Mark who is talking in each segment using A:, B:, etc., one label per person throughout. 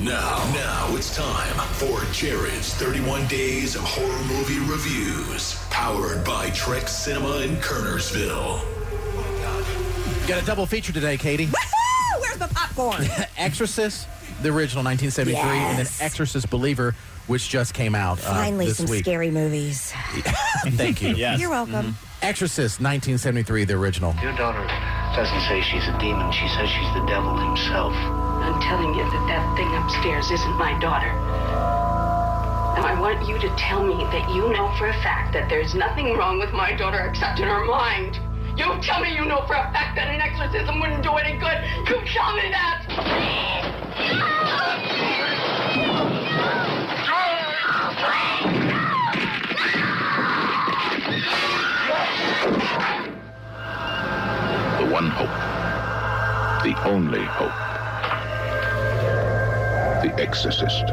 A: Now, now it's time for Jared's 31 Days of Horror Movie Reviews, powered by Trek Cinema in Kernersville.
B: Got a double feature today, Katie.
C: Woohoo! Where's my popcorn?
B: Uh, Exorcist, the original 1973, and then
C: Yes.
B: Exorcist Believer, which just came out uh,
C: Finally,
B: this
C: some
B: week.
C: scary movies.
B: Thank you.
D: Yes.
C: You're welcome.
B: Mm-hmm. Exorcist, 1973, the original.
E: Your daughter doesn't say she's a demon. She says she's the devil himself.
F: I'm telling you that that thing upstairs isn't my daughter. Now, I want you to tell me that you know for a fact that there's nothing wrong with my daughter except in her mind. You tell me you know for a fact that an exorcism wouldn't do any good. You tell me that, please.
G: the one hope, the only hope, the exorcist.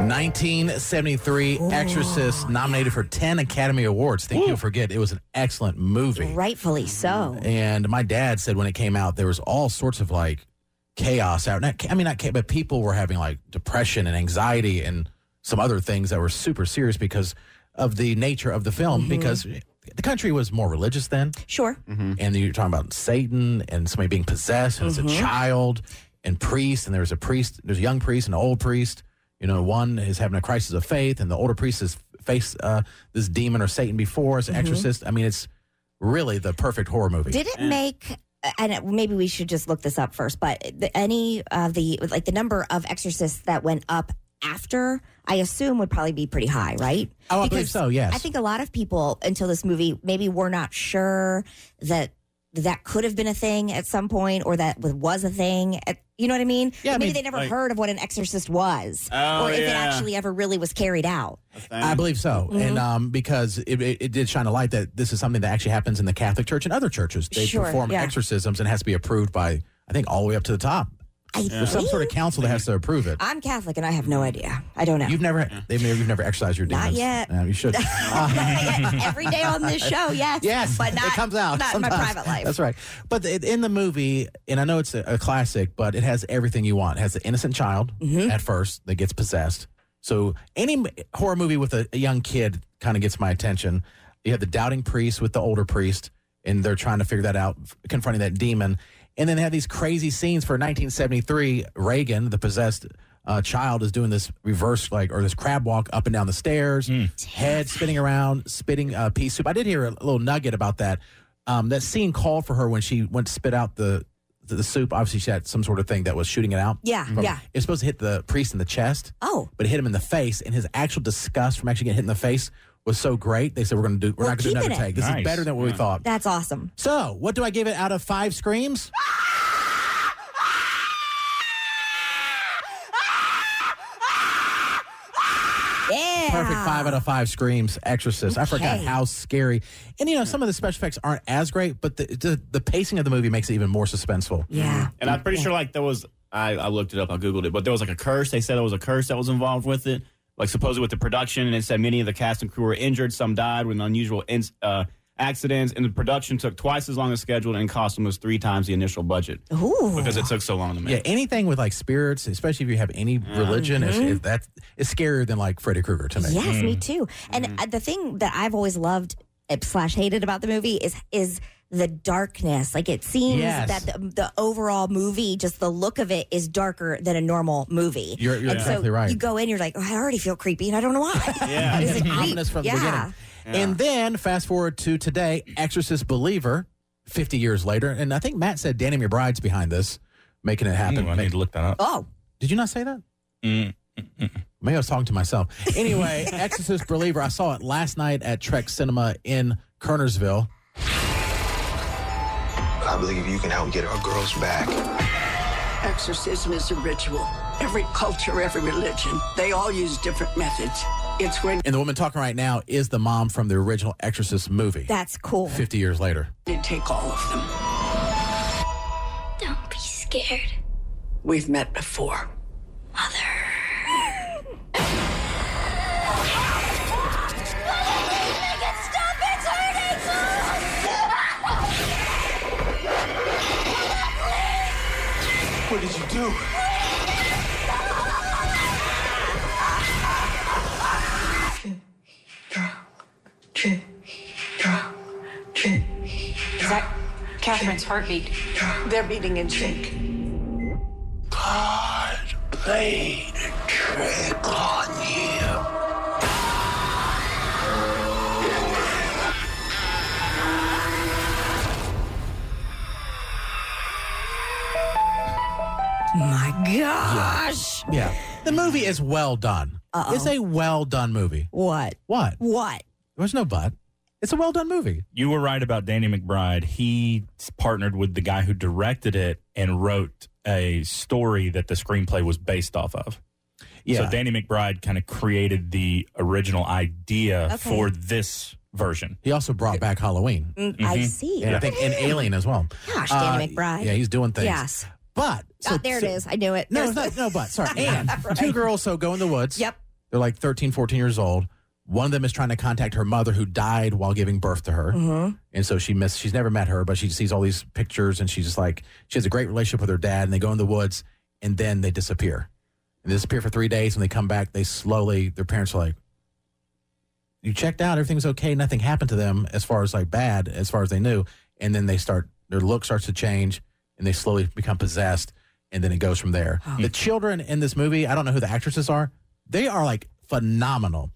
B: 1973, Exorcist, nominated for 10 Academy Awards. Think you'll forget. It was an excellent movie.
C: Rightfully so.
B: And my dad said when it came out, there was all sorts of like chaos out. Not, I mean, not chaos, but people were having like depression and anxiety and some other things that were super serious because of the nature of the film. Because the country was more religious then,
C: Sure.
B: and you're talking about Satan and somebody being possessed and it's a child and priest, and there's a priest, there's a young priest and an old priest. You know, one is having a crisis of faith, and the older priest has faced uh, this demon or Satan before as an exorcist. I mean, it's really the perfect horror movie.
C: Did it make? And it- maybe we should just look this up first. But the, any of the like the number of exorcists that went up after, I assume, would probably be pretty high, right?
B: Oh, I believe so, yes.
C: I think a lot of people until this movie maybe were not sure that that could have been a thing at some point, or that was a thing. At, you know what I mean?
B: Yeah, I
C: maybe
B: mean,
C: they never
D: like-
C: heard of what an exorcist was,
D: Oh,
C: or if it
D: yeah.
C: actually ever really was carried out.
B: I believe so,
C: Mm-hmm.
B: and um, because it, it, it did shine a light that this is something that actually happens in the Catholic Church and other churches. They
C: Sure,
B: perform
C: yeah.
B: exorcisms and it has to be approved by, I think, all the way up to the top.
C: I
B: There's some
C: think-
B: sort of Mm. council that has to approve it.
C: I'm Catholic and I have no idea. I don't know.
B: You've never, they've never, you've never exercised your demons.
C: Not yet.
B: Yeah, you should. Uh,
C: every day on this show, yes.
B: yes,
C: But not,
B: it comes out.
C: not in my
B: sometimes.
C: private life.
B: That's right. But it, in the movie, and I know it's a, a classic, but it has everything you want. It has the innocent child
C: Mm-hmm.
B: at first that gets possessed. So any m- horror movie with a, a young kid kind of gets my attention. You have the doubting priest with the older priest, and they're trying to figure that out, f- confronting that demon. And then they have these crazy scenes for 1973. Reagan, the possessed uh, child, is doing this reverse, like, or this crab walk up and down the stairs, head spinning around, spitting uh, pea soup. I did hear a little nugget about that. Um, that scene called for her when she went to spit out the, the, the soup. Obviously, she had some sort of thing that was shooting it out.
C: Yeah,
B: From-
C: yeah.
B: It's supposed to hit the priest in the chest
C: Oh.
B: but it hit him in the face, and his actual disgust from actually getting hit in the face was so great. They said we're going to do, we're
C: Well,
B: not going to do
C: keep
B: another
C: it.
B: take. This is
D: Nice.
B: better than what we thought.
C: That's awesome.
B: So, what do I give it out of five screams?
C: Yeah.
B: Perfect five out of five screams. Exorcist. I forgot
C: Okay.
B: how scary. And you know, some of the special effects aren't as great, but the the, the pacing of the movie makes it even more suspenseful.
C: Yeah.
D: And I'm pretty sure like there was I, I looked it up, I googled it, but there was like a curse. They said there was a curse that was involved with it, like supposedly with the production, and it said many of the cast and crew were injured, some died with unusual ins uh, accidents, and the production took twice as long as scheduled, and cost almost three times the initial budget
C: Ooh.
D: because it took so long to make.
B: Yeah, anything with like spirits, especially if you have any religion, is,
C: Mm-hmm.
B: is that is scarier than like Freddy Krueger to me.
C: Yes, me
B: Mm.
C: too. And uh, the thing that I've always loved uh, slash hated about the movie is is the darkness. Like it seems
B: Yes.
C: that the, the overall movie, just the look of it, is darker than a normal movie.
B: You're- you're
C: And so
B: exactly right.
C: You go in, you're like, oh, I already feel creepy, and I don't know why.
D: Yeah.
C: It's like,
B: ominous from the
C: yeah.
B: beginning. And then fast forward to today, Exorcist Believer, 50 years later. And I think Matt said Danny McBride's behind this, making it happen.
D: Ooh, I need to look that up.
C: Oh,
B: Did you not say that? Maybe I was talking to myself. Anyway, Exorcist Believer, I saw it last night at Trek Cinema in Kernersville.
H: I believe you can help get our girls back.
I: Exorcism is a ritual. Every culture, every religion, they all use different methods. It's when
B: And the woman talking right now is the mom from the original Exorcist movie,
C: that's cool.
B: 50 years later.
I: you take all of them.
F: Don't be scared,
I: We've met before.
F: mother.
H: What did you do?
J: Is that Catherine's heartbeat?
I: They're beating in sync.
H: God played a trick on you.
C: My gosh.
B: Yeah. The movie is well done. It's a well done movie.
C: What?
B: What?
C: What?
B: There's no but. It's a well done movie.
K: You were right about Danny McBride. He partnered with the guy who directed it and wrote a story that the screenplay was based off of.
B: Yeah.
K: So Danny McBride kind of created the original idea
C: Okay.
K: for this version.
B: he also brought back Halloween.
C: Mm, I see.
B: And I think and Alien as well.
C: Gosh, Danny
B: Mm-hmm. Uh,
C: McBride.
B: Yeah, he's doing things.
C: Yes.
B: But
C: oh, there it
B: so-
C: is. I knew it.
B: No,
C: There's
B: it's not,
C: the-
B: no, but sorry. And two girls so go in the woods.
C: Yep.
B: They're like 13, 14 years old. One of them is trying to contact her mother who died while giving birth to
C: Mm.
B: her. And so she miss she's never met her, but she sees all these pictures and she's just like she has a great relationship with her dad and they go in the woods and then they disappear. And they disappear for three days and they come back, they slowly their parents are like You checked out, everything's okay, nothing happened to them as far as like bad, as far as they knew. And then they start their look starts to change and they slowly become possessed and then it goes from there. The children in this movie, I don't know who the actresses are, they are like phenomenal.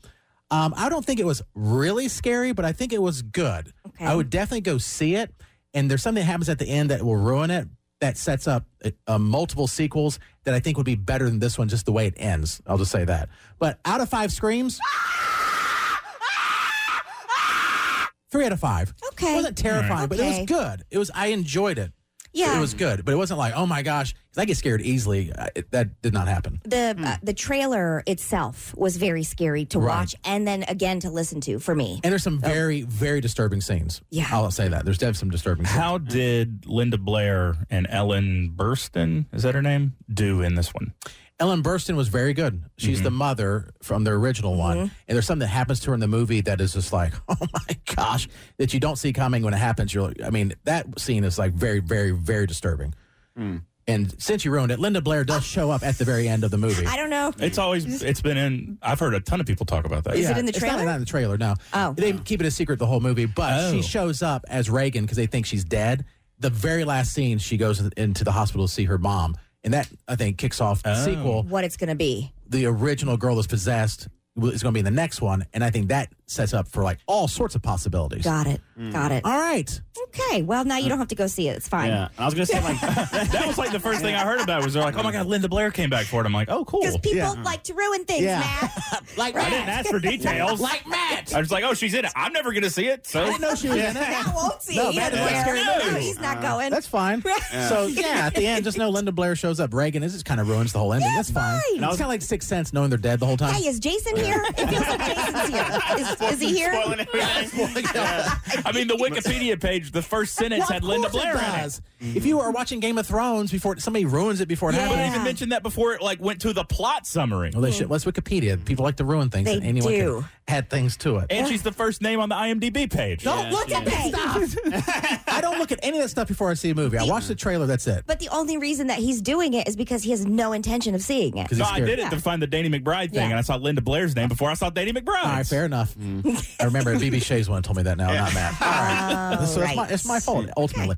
B: Um, I don't think it was really scary, but I think it was good.
C: Okay.
B: I would definitely go see it. And there's something that happens at the end that will ruin it. That sets up uh, uh, multiple sequels that I think would be better than this one, just the way it ends. I'll just say that. But out of five screams, three out of five.
C: Okay.
B: it wasn't terrifying, but it
C: Okay.
B: was good. It was. I enjoyed it.
C: Yeah.
B: it was good, but it wasn't like, oh my gosh, 'cause I get scared easily. I, it, that did not happen.
C: the uh, the trailer itself was very scary to
B: Hmm. Right.
C: watch and then again to listen to for me.
B: And there's some very, very disturbing scenes.
C: Yeah.
B: I'll say that. There's definitely some disturbing scenes.
K: How did Linda Blair and Ellen Burstyn, is that her name, do in this one?
B: Ellen Burstyn was very good. She's the mother from the original one.
C: Mm-hmm.
B: And there's something that happens to her in the movie that is just like, oh my gosh, that you don't see coming when it happens. You're like, I mean, that scene is like very, very, very disturbing. And since you ruined it, Linda Blair does show up at the very end of the movie.
C: I don't know.
K: It's always, it's been in, I've heard a ton of people talk about that.
C: Is it in the
B: it's
C: trailer?
B: Not, not in the trailer, no.
C: Oh.
B: They keep it a secret the whole movie, but
K: Oh.
B: she shows up as Reagan because they think she's dead. The very last scene, she goes into the hospital to see her mom. And that, I think, kicks off the
K: Oh.
B: sequel.
C: What it's going to be.
B: The original girl is possessed is going to be in the next one. And I think that sets up for like all sorts of possibilities.
C: Got it.
B: Hmm.
C: Got it.
B: All right.
C: Okay. Well, now you don't have to go see it. It's fine.
D: Yeah, and I was gonna say like
K: that was like the first thing I heard about was they're like, oh my God, Linda Blair came back for it. I'm like, oh, cool.
C: Because people
B: Yeah.
C: like to ruin things,
B: Yeah.
C: Matt.
B: Like,
K: I didn't ask for details.
B: like Matt.
K: I was like, oh, she's in it. I'm never going to see it. So
B: I didn't know she was in it.
C: Matt won't see
B: No,
C: it.
B: Matt doesn't like
C: either.
B: scary
C: No,
B: movies.
C: he's
K: Uh,
C: not going.
B: That's fine. So yeah, at the end, just know Linda Blair shows up. Reagan is just kind of ruins the whole ending. That's fine.
C: fine.
B: It's kind of like Sixth Sense, knowing they're dead the whole time.
C: Hey, is Jason here? It feels like Jason's here. Is, is he here?
K: Spoiling everything.
B: Yeah.
K: I mean, the Wikipedia page, the first sentence had Linda Blair in it.
B: If you are watching Game of Thrones before somebody ruins it before it
K: But it
B: happens.
K: even mentioned that before it like went to the plot summary.
B: Well, they should. What's Wikipedia? People like to ruin things.
C: They
B: and anyone
C: do.
B: can add things to it.
K: And she's the first name on the IMDb page.
B: don't look
C: yeah.
B: at that stuff. I don't look at any of that stuff before I see a movie. I watch the trailer. That's it.
C: But the only reason that he's doing it is because he has no intention of seeing it.
B: 'Cause
K: No,
B: he's
K: I
B: scared.
K: did it to find the Danny McBride thing,
C: Yeah.
K: and I saw Linda Blair's name before I saw Danny McBride.
B: All right, fair enough.
K: Mm-hmm.
B: I remember BB Shays one told me that now, not Matt. All right. so it's, my,
C: right.
B: it's my fault, ultimately.